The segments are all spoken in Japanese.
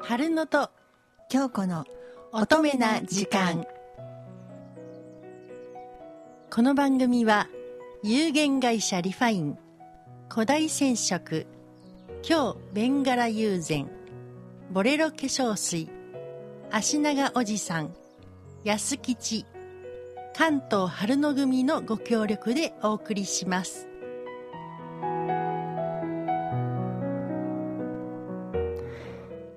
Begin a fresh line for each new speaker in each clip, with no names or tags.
春野と
京子の
乙女な時間この番組は有限会社リファイン古代染色今日ベンガラ友禅ボレロ化粧水足長おじさん安吉関東春野組のご協力でお送りします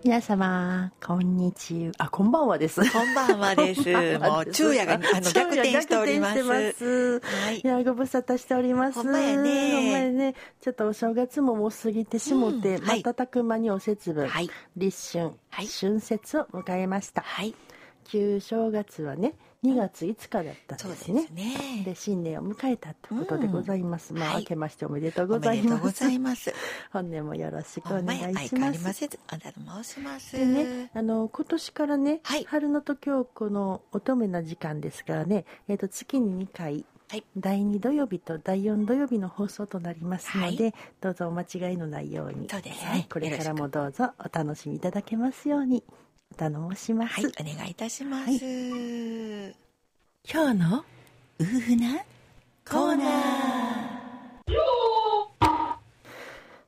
皆様こんにちはあこんばんはです
こんばんはです。もう昼夜があの逆転しておりま
逆転
す
して。ます
はい
い。やご無沙汰しております
ほんまやね
ほんまやねちょっとお正月ももう過ぎてしもて、
うんはい
瞬く間にお節分、
はい。
立春、
はい
春節を迎えました
はい。
旧正月はね2月5日だったん
そう
で
ですす
ね
ね。
で新年を迎えたということでございます、
うん
まあ、
はい
明けましておめでとう
お
ござ
め
い
でとう
ま
ご
す
ざいます。
本年もよろしく
お
お願
前
い
相
し
変わ
ま
りますせず、あなたも申します。
でね、あの今年からね、
はい
春のと京子の乙女な時間ですからね、えー、と月に2回、
はい
第2土曜日と第4土曜日の放送となりますので、どうぞお間違いのないように
そうですね
はい、これからもどうぞお楽しみいただけますようにお頼もしま
は
す、
い、お願いいたします。う
今日の
ふなコーナ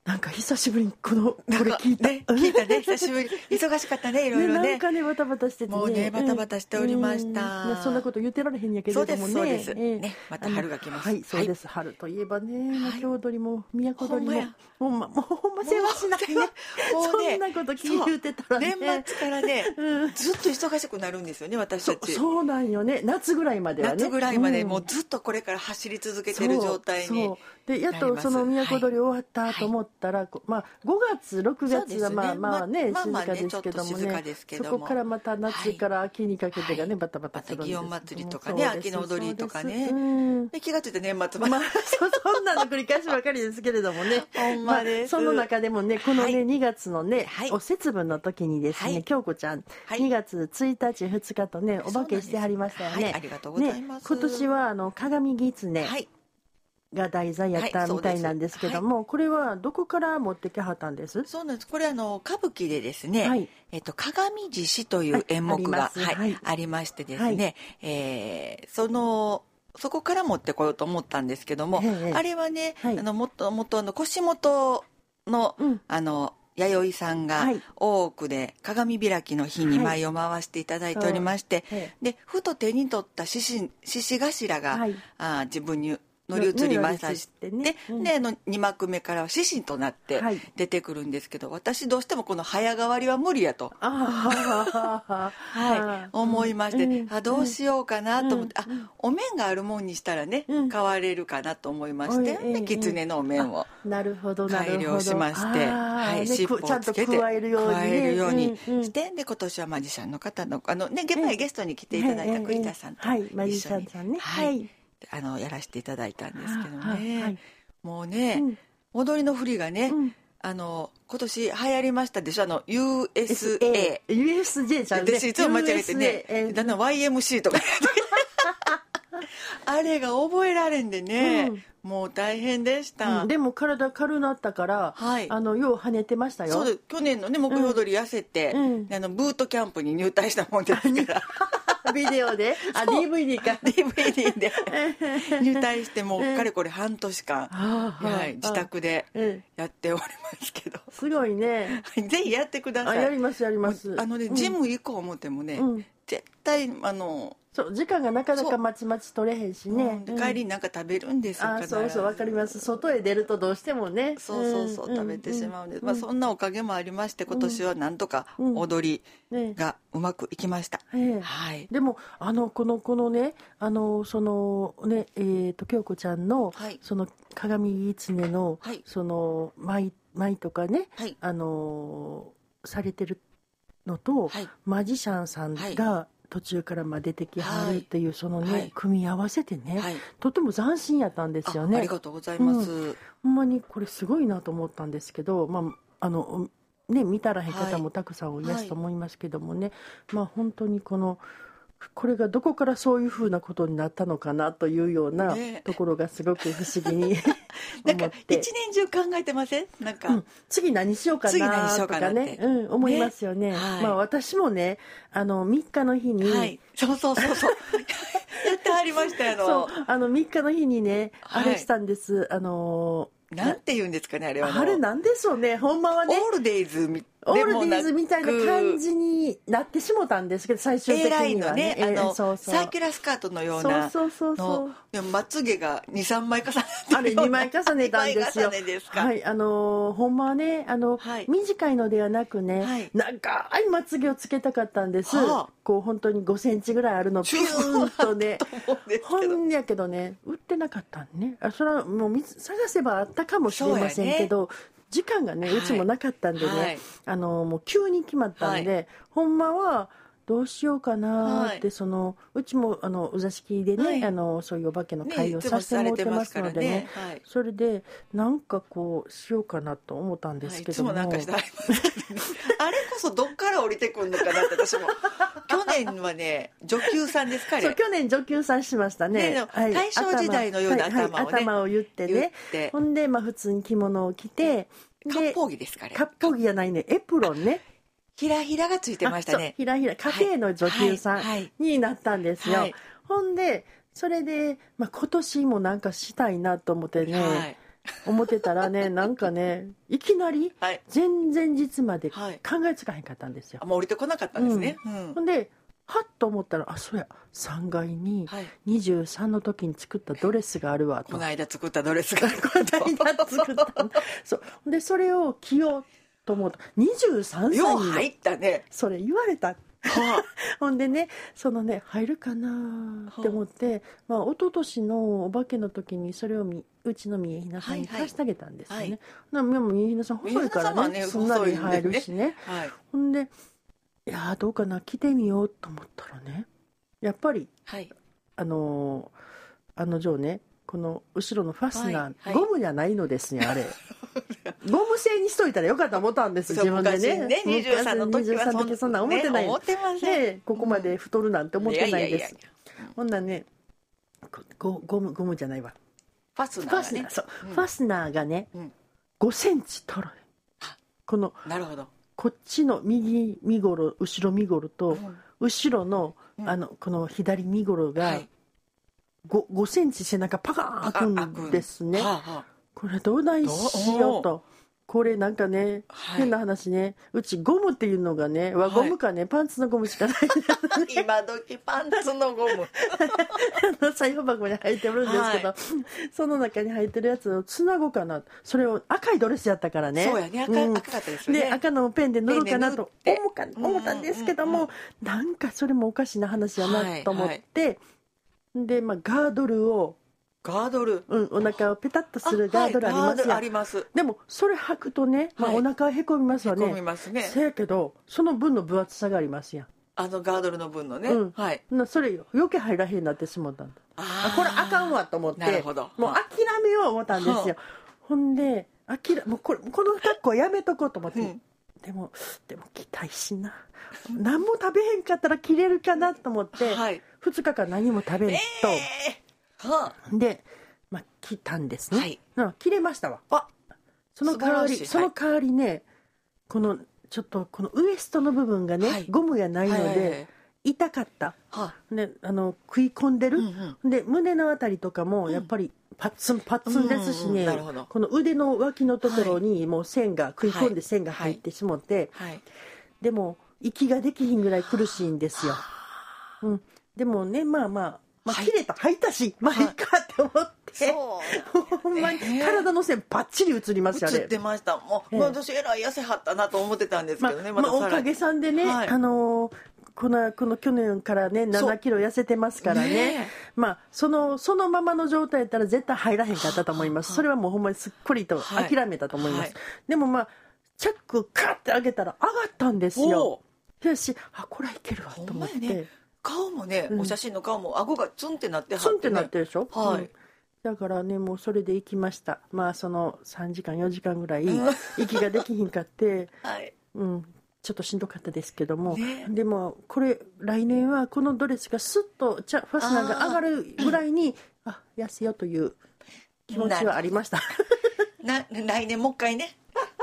なんか久しぶりにこのこ
ー。
れ聞いた、
ね聞いたね。久しぶり。忙しかっ たね、いろい
ね
ろ
な
ね
ん。かねバタバタしててね
もうねバタバタしておりました
うんまあそんなこと言ってられへんやけれ
そう
ど
で
もね
す、そうです。
ええ
ね、また春が来ます。
はい、そうです。春といえばね、
はい
郷土鳥も宮古鳥
ほんま
も
や、
ほんま、もうほんま世話しないね。
もう
そ
ね
ん、なこと聞い言うてたらね。
年末からね、
うん、
ずっと忙しくなるんですよね、私
そ
た
う
ち。
そうなんよね。夏ぐらいまではね。
夏ぐらいまで
ん
もうずっとこれから走り続けてる状態
そう
に
そうでやっ
なり
と
ます
その都鳥終わったと思ったら、こまあ、5月6
そうで
月
す
は
ね
まあまあね
まあ
静
まあ
か
ね
ですけども
ちょっと静
ね
かですけど
そ
も
こからまた夏から秋にかけてがね、バタバタするんです
また祇園祭とかね
そうです
秋の踊りとかね
そうですうん
で気がついて年末まで、
まあ、そそんなの繰り返しばかりですけれどもね。
ほん まです
その中でもね、このね、
はい
2月のね、
はい
お節分の時にですね、
はい
京子ちゃん、
はい
2月1日、2日とね、お化けしてはりましたよ
はい、あ
ね。
りがとうござい
ね
ま、す、
今年はあの鏡狐
はい
が題材やっ
は
た
いそ
み
う
た
です
いなんですけども、これはどこから持ってきはったんです
そうなんですこれあの歌舞伎でですね「
はい、
えっと、鏡獅子」という演目
あありま
が
す
はい
はい
ありましてですね、えーそのそこから持ってこようと思ったんですけども、
ええええ
あれはね、
はい
あのもっともっとあの腰元の
うん、
あの弥生さんが
はい
大奥で鏡開きの日に舞を回していただいておりまして、
え
でふと手に取った獅子獅子頭
え
が、
はい、
あー自分に乗り移りましたし
乗
て、
り移ってねうん
であの2幕目からは獅子となって
はい
出てくるんですけど、私どうしてもこの早変わりは無理やと、
ああ、
はい、思いまして、
うん
あどうしようかなと思って、
うんうん
あお面があるもんにしたらね、
うん
変われるかなと思いまして、
うん
で狐のお面を。
なるほどなるほど
改良しまして、
あー
は
で
い、尻尾
く
を
ちゃん
つ
と
けて
加えるようにね
加えるように
うんうん
して、で今年はマジシャンの方のあのねゲ
うん
ゲストに来ていただいた栗田さんと
はいマ
一
ジシ
緒
ャン
に
さんね
はいあのやらせていただいたんですけどね、
はい
もうね、
うん
踊りの振りがね、
うん
あの今年流行りましたでしょあの USA
SA USJ ちゃんね
私いつも間違えてね
USA うん
だんだん YMC とか あれが覚えられんでね、もう大変でした、
うんでも体軽なったから
はい
あのよう跳ねてましたよ
そうです去年のね目標踊り痩せて、
うん
あのブートキャンプに入隊したもんですから
ビデオであ
そう
DVD か
DVD で入隊してもう
うん
かれこれ半年間、はい、自宅で
うん
やっておりますけど
すごいね
ぜひやってくだ
あ
さい
やりますやります
あのね、
うん
ジム行こう思ってもね、
うん
絶対あの、
そう時間がなかな
そ
か
う
まちまち取れへんし
う
ね
んで帰りになんか食べるんですよ、
あー
必ず
そうそうわかります外へ出るとどうしてもね
そうそうそう、
ん
食べてしまうんです、
ん
まあ、そんなおかげもありまして今年はなんとか
うん
踊
ね
りがうまくいきました、
ええ
はい、
でもあのこのこのねあのそのねえー、と京子ちゃんの、
はい
その鏡狐の、
はい
その舞舞とかね
はい
あのーされてるのと、
はい
マジシャンさんが途中からまあ出てきはるっていう、そのね、
はい
組み合わせてね、
はい
とても斬新やったんですよ
ああ
ね
り。がとうございます、
ほんまにこれすごいなと思ったんですけど、まあ、あのね見たらへん方もたくさんおいらっしゃると思いますけどもね、まあ本当にこのこれがどこからそういうふうなことになったのかなというような
ね
ところがすごく不思議 に
なん
思
か
っ
一
て
年。中考えてませんなんか、
うん、次何しようか
次何
な
しよ
と
うかな
か
って
ね、うん、思いますよね。
ねはい
まあ私もね、あの3日の日に、
はいそうそうそ うそうやってはりました
そう
よ
あの3日の日にね、
は
あ
い
れしたんです。あの
あのなんて言うんですかねあれはあの
あれなんでしょうね。ほんまはね、
オールデイズみ
オ
で
ール
も
ディ
な
ー
く
ズみたいな感じになってしもたんですけど、最終
A
的
ライン
に
の
はね、
ねあ
えー
の
そうそう
サーキュラスカートのような
そうそうそうそう
のでもまつげが23枚重なって
あれ
るよう
2
な
枚重ねたんですよ。
二枚重ねですか、
はい、あのーほんまはね、あの、
はい
短いのではなくね、
はい
長いまつげをつけたかったんです。
はあ
こう本当に5センチぐらいあるの、ピューンとね。
思うん です
ほ
けど
んやけどね、売ってなかったんね。あ、それはもう見つ探せばあったかもしれませんけど、時間がね、
はいう
ちもなかったんでね、
はい
あのーもう急に決まったんで、ほんまは、どうしようかなーって、
は
そのうちもあのお座敷でね、
はい
あのそういうお化けの
ね
会を
いつ
さ
も
せてもらってます
さ
の
れて
でね
ますからはい
それでなんかこうしようかなと思ったんで
は
す
い、い
け
つ
ども、
もなんかしてあります けどねあれこそどっから降りてくるのかなって 私も去年はね女給さんですか
そう
ね
去年女給さんしましたね
ね
はい
大正時代のような頭を
は
ね
いはい頭を言って
言っ
ね
て
ほんで、まあ、普通に着物を着て
割烹着ですかね
割烹着じゃないねエプロンね
ひらひらがついてました
あそう
ね
ひらひら家庭の女給さ
はい
ん
はい
になったんですよ、
はい
ほんでそれで、まあ、今年もなんかしたいなと思ってね、
はい
思ってたら ねなんかねいきなり
はい
前々日まで考
はい
えつかへんかったんですよ
あ、もう降りてこなかったんですね、うん
ほんではっと思ったらあそうや3階に
はい
23の時に作ったドレスがあるわと
この間作ったドレスが
この間作ったの そうほんでそれを着ようと思った23歳に
よう入った ね
それ言われた
は
ほんでねそのね入るかなって思って、まあ、一昨年のお化けの時にそれをみうちの三重ひなさんに
はいはい
貸してあげたんですよね、
はい
なでも三重ひなさん細いからね
三重ひな
す
さ
ん
ん
な
はね
り
細い
入
んでね
るしね
あはい
ほんでいやーどうかな着てみようと思ったらねやっぱり
はい
あのー、あの女王ねこの後ろのファスナー、
はいはい
ゴムじゃないのですねあれゴム製にしといたらよかったと思ったんです自分でね
昔ね23の時は
23の時そんなん思ってない、
ね、思ってません、
でここまで太るなんて思ってないです、
いやいやいや
ほんならねこゴゴムゴムじゃないわ
ファス
フ
ナ
ァ
ー
スナ
ね
ーそう、
うん
ファスナーがね、
うん
5センチ足らへん
あ
この
なるほど、
こっちの右身頃後ろ身頃と、後ろの,、
うん
あのこの左身頃が、
はい
5, 5センチ背中パカーン開くんですね、
はあは
これどうないしよう
ど
とこれなんかね、
あはい
変な話ねうちゴムっていうのがね輪ゴムかね、パンツのゴムしかない
今時パンツのゴム
あ の作業箱に入ってるんですけど、
は
その中に入ってるやつをつなごうかなそれを赤いドレスやったから ね
そうやね赤,、
うん
赤かったですよ
で
ね
赤のペンで塗ろうかなと
ペンで
思うか
て
思ったんですけど
うんう
も、なんかそれもおかしな話やなと思って、で、まあ、ガードルを、
ガードル
うん、お腹をペタッとするガードルあり
はい
ま
ガー
す
ドル
や
あ
ん
ります
でもそれ履くとね、まあ、
はい
お腹はへこみますわ
へ
ね、
こみますね
せやけどその分の分厚さがありますやん
あのガードルの分のね、
うん
はい
なそれ余計入らへんなってしまったんだあ
あー
これあかんわと思って
なるほど
もう諦めよう思ったんです
は
よほんであきらもうこれこの格好やめとこうと思って、
うん
でもでも着たいしな何も食べへんかったら着れるかなと思って、
はい
2日間何も食べん
え
と、
ーは
で、まあ、着たんです
あ
ね、
はい
うん着れましたわ
あ
その代わり
素晴らしい
その代わりね、このちょっとこのウエストの部分がね、
はい
ゴムがないので、
はいはいはい
痛かった
は
ねあの食い込んで
あ
る、で胸のあたりとかもやっぱりパッツンパッツンですしね、
うんうんうんなるほど
この腕の脇のところにもう線が食い込ん
は
で
い
線が入ってしもって、
はい
でも息ができひんぐらい苦しいんですよ、うん、でもねまあまあまあ、
はい
切れた吐いたしまあいいかって思って、
そう
ほんまに
ね
体の線パッチリ映りますよね
映ってましたも
え
う、
え
もう私えらい痩せはったなと思ってたんですけ
まあ
どね、
まあ、お
さら
か
に
げさんでね、
はい
あのーこのこの去年からね
そう
7キロ痩せてますからね
ねえ
まあ、そのそのままの状態やったら絶対入らへんかったと思いますそれはもうほんまにすっくりと
はい
諦めたと思います、
はい
でもまあチャックカッて上げたら上がったんです
お
よ
う
よしあこれはいけるわと思って、
ほんまやね顔もね、
うん
お写真の顔も顎がツンってなっては
ツンってなってるでしょ、
は
う
い
んだからねもうそれで行きましたまあその3時間4時間ぐらい
うん
息ができひんかって
はい
うんちょっとしんどかったですけども、
ね
でもこれ来年はこのドレスがスッとちゃファスナーが上がるぐらいにあ痩せようという気持ちはありました
な来年もう一回ね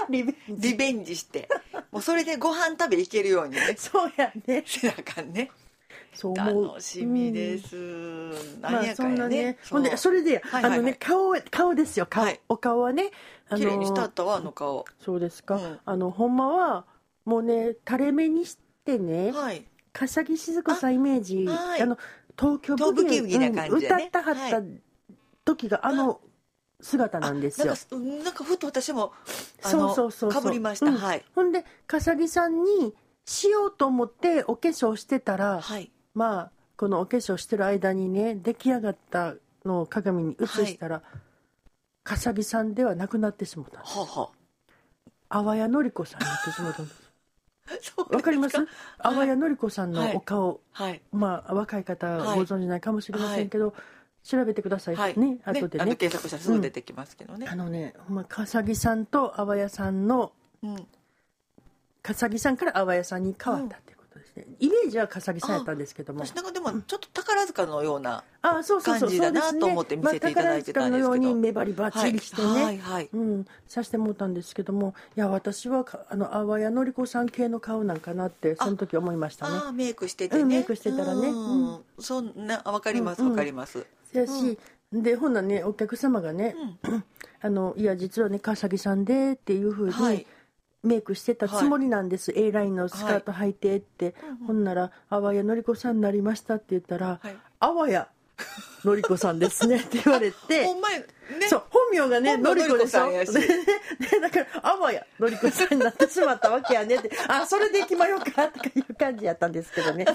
リベンジ
リベンジしてもうそれでご飯食べ行けるように ね
そうやね
せなあかんね
そう思う
楽しみで、す、
うんま
何
あ
や
そ
かん
んな
やね,
ね
そ
ほ
う、
んでそれで、
はいはいはい
あのね顔顔ですよ顔、
はい
お顔はねあの
綺麗にしたったわあの顔
そうですか、
うん
あのほんまはもうね垂れ目にしてね
はい
笠木静子さんイメージ
あはい
あの東京ブギ
東京ブギな感
う
じや
ん歌
ね
ったはった時があの姿なんですよ、
あなんかなんかふと私もあ
そう
の
そうそうそう
かぶりました、
うん
はい
ほんで笠木さんにしようと思ってお化粧してたら、
はい
まあこのお化粧してる間にね出来上がったのを鏡に映したら、笠木さんではなくなってしまったんです
はあは
阿波谷のり子さんになってしまったんです
あ そう
わか ります
です
阿波谷のり子さんのお顔、
はい
まあ、若い方
は
はいご存じないかもしれませんけど、調べてください、
はい
ね後で
あ
ね
の検索したらすぐ出てきますけどね
あ、のねほんま笠木さんと阿波屋さんの
うん
笠木さんから阿波屋さんに変わったっていうことですね、イメージは笠木さんやったんですけども
私なんかでもちょっと宝塚のような
ああそうそうそう
感じだな
そうです
と思って見せていただいてたんですけど
まあ、宝塚のように目張りバッチリしてね、
はいはい
うん、さしてもうたんですけどもいや私はかあの阿波谷のり子さん系の顔なんかなってその時思いましたね
ああメイクしててね、
うんメイクしてたらね
うんそんなあわかります
うんう
わ
ん
かります、
やし、でほんならねお客様がね、 あのいや実はね笠木さんでっていうふうに、
はい
メイクしてたつもりなんです、A ラインのスカート履いてって、
うんうん
ほんなら「あわやのりこさんになりました」って言ったら
はい
「あわやのりこさんですね」って言われて
ほ。んまやね
そう本名がね
本名
のりこでしょ
のり
で
こさ んやし
でだからあわやのりこさんになってしまったわけやねってあそれでいきまようかとかいう感じやったんですけど ね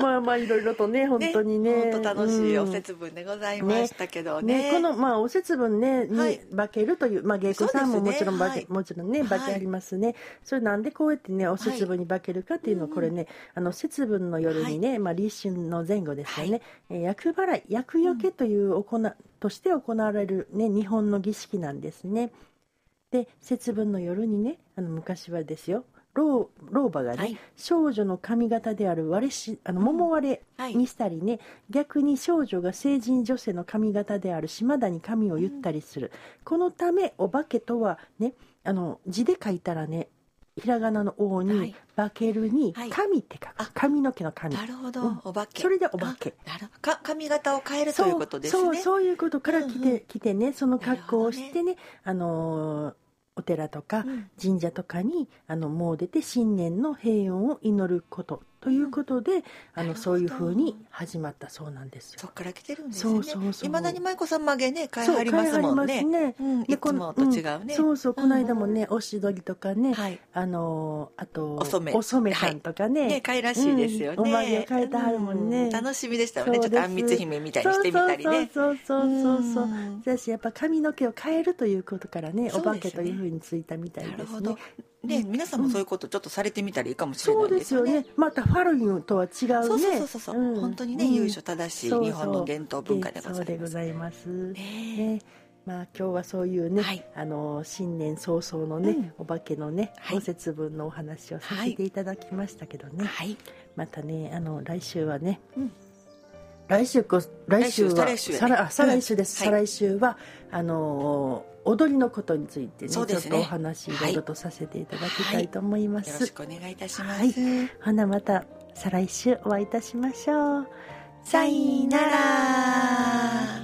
まあまあいろいろとね本当にね
本当楽しいお
うん
節分でございましたけどね,、
ね、この、まあ、お節分ね、に
はい
化けるという、まあ、芸妓さんも
そうですね
もちろん化け、
はい
もちろんね、
はい
化けありますね。それなんでこうやってね、お節分に化けるかっていうのを、これね、あの、節分の夜にね、まあ、立春の前後ですよね、えー厄払い、厄除けという行な、として行われるね、日本の儀式なんですね。で、節分の夜にね、あの、昔はですよ、老老婆がね、
はい
少女の髪型である割れしあの桃割れ
はい
にしたりね、逆に少女が成人女性の髪型である島田に髪を言ったりする、このためお化けとはねあの字で書いたらねひらがなの「王に、
はい
化けるに
は
「
い
髪」って書く、
あ
髪の毛の髪
なるほど、
うん
お化け
それでお化け
あなるか髪型を変えるということですね
そうそうそういうことから来て,、
うんうん
来てねその格好をしてねあのーお寺とか
うん
神社とかにあのもう出て新年の平穏を祈ることということで、あ
なるほ
の
ど
そういうふうに始まったそうなんですよ
そっから来てるんですね
そ
いう
そうそう
まだに舞子さん曲げね変え
そう
はりますもん
買い
ね
張ります
うん、
で
い
こ
つ
の
もと違う
うん
ね、
そうそうこの間もね、おしどりとかね、
はい
あのーあと
お染め
さんとかね,、
ね、可愛らしいですよね。
うんおまけを変えてはるもんね
う楽しみでしたよね。
そう
ちょ
で
っ
す
とあんみつ姫みたいにしてみたりね。
そうそうそうそうそうそ
うん
うだしやっぱ髪の毛を変えるということからね
そう
お
です
化
ね
けというふうについたみたい
な
で
る
す
ほ
ね
ど。ね、皆さんもそういうことちょっとされてみたらいいかもしれ
そ
な
う
いで
ですす
よ
よ
ね。
ねまたファルユンとは違
そううそう
ね
そうそう、
うん
本当に
う
ね、
ん
由緒正しい日本の伝統文化でござ
そう
い
で
ま
ご
す。
ざいます。
ね
ねまあ今日はそういうね、
はい
あの新年早々のね、
うん
お化けのね、
はい
お節分のお話をさせていただきましたけどね、
はい。
またねあの来週はね、
うん
来週こ来週は
来週再来週やね
再来あ再来週です、
うんは
再来週はあのー踊りのことについてね
そうで
ち
す
ょ
ね
っとお話いろいろとさせていただきたいと思いま
よ
す
ろ、しくお願いいたします。
はいほなまた再来週お会いいたしましょう
さいなら。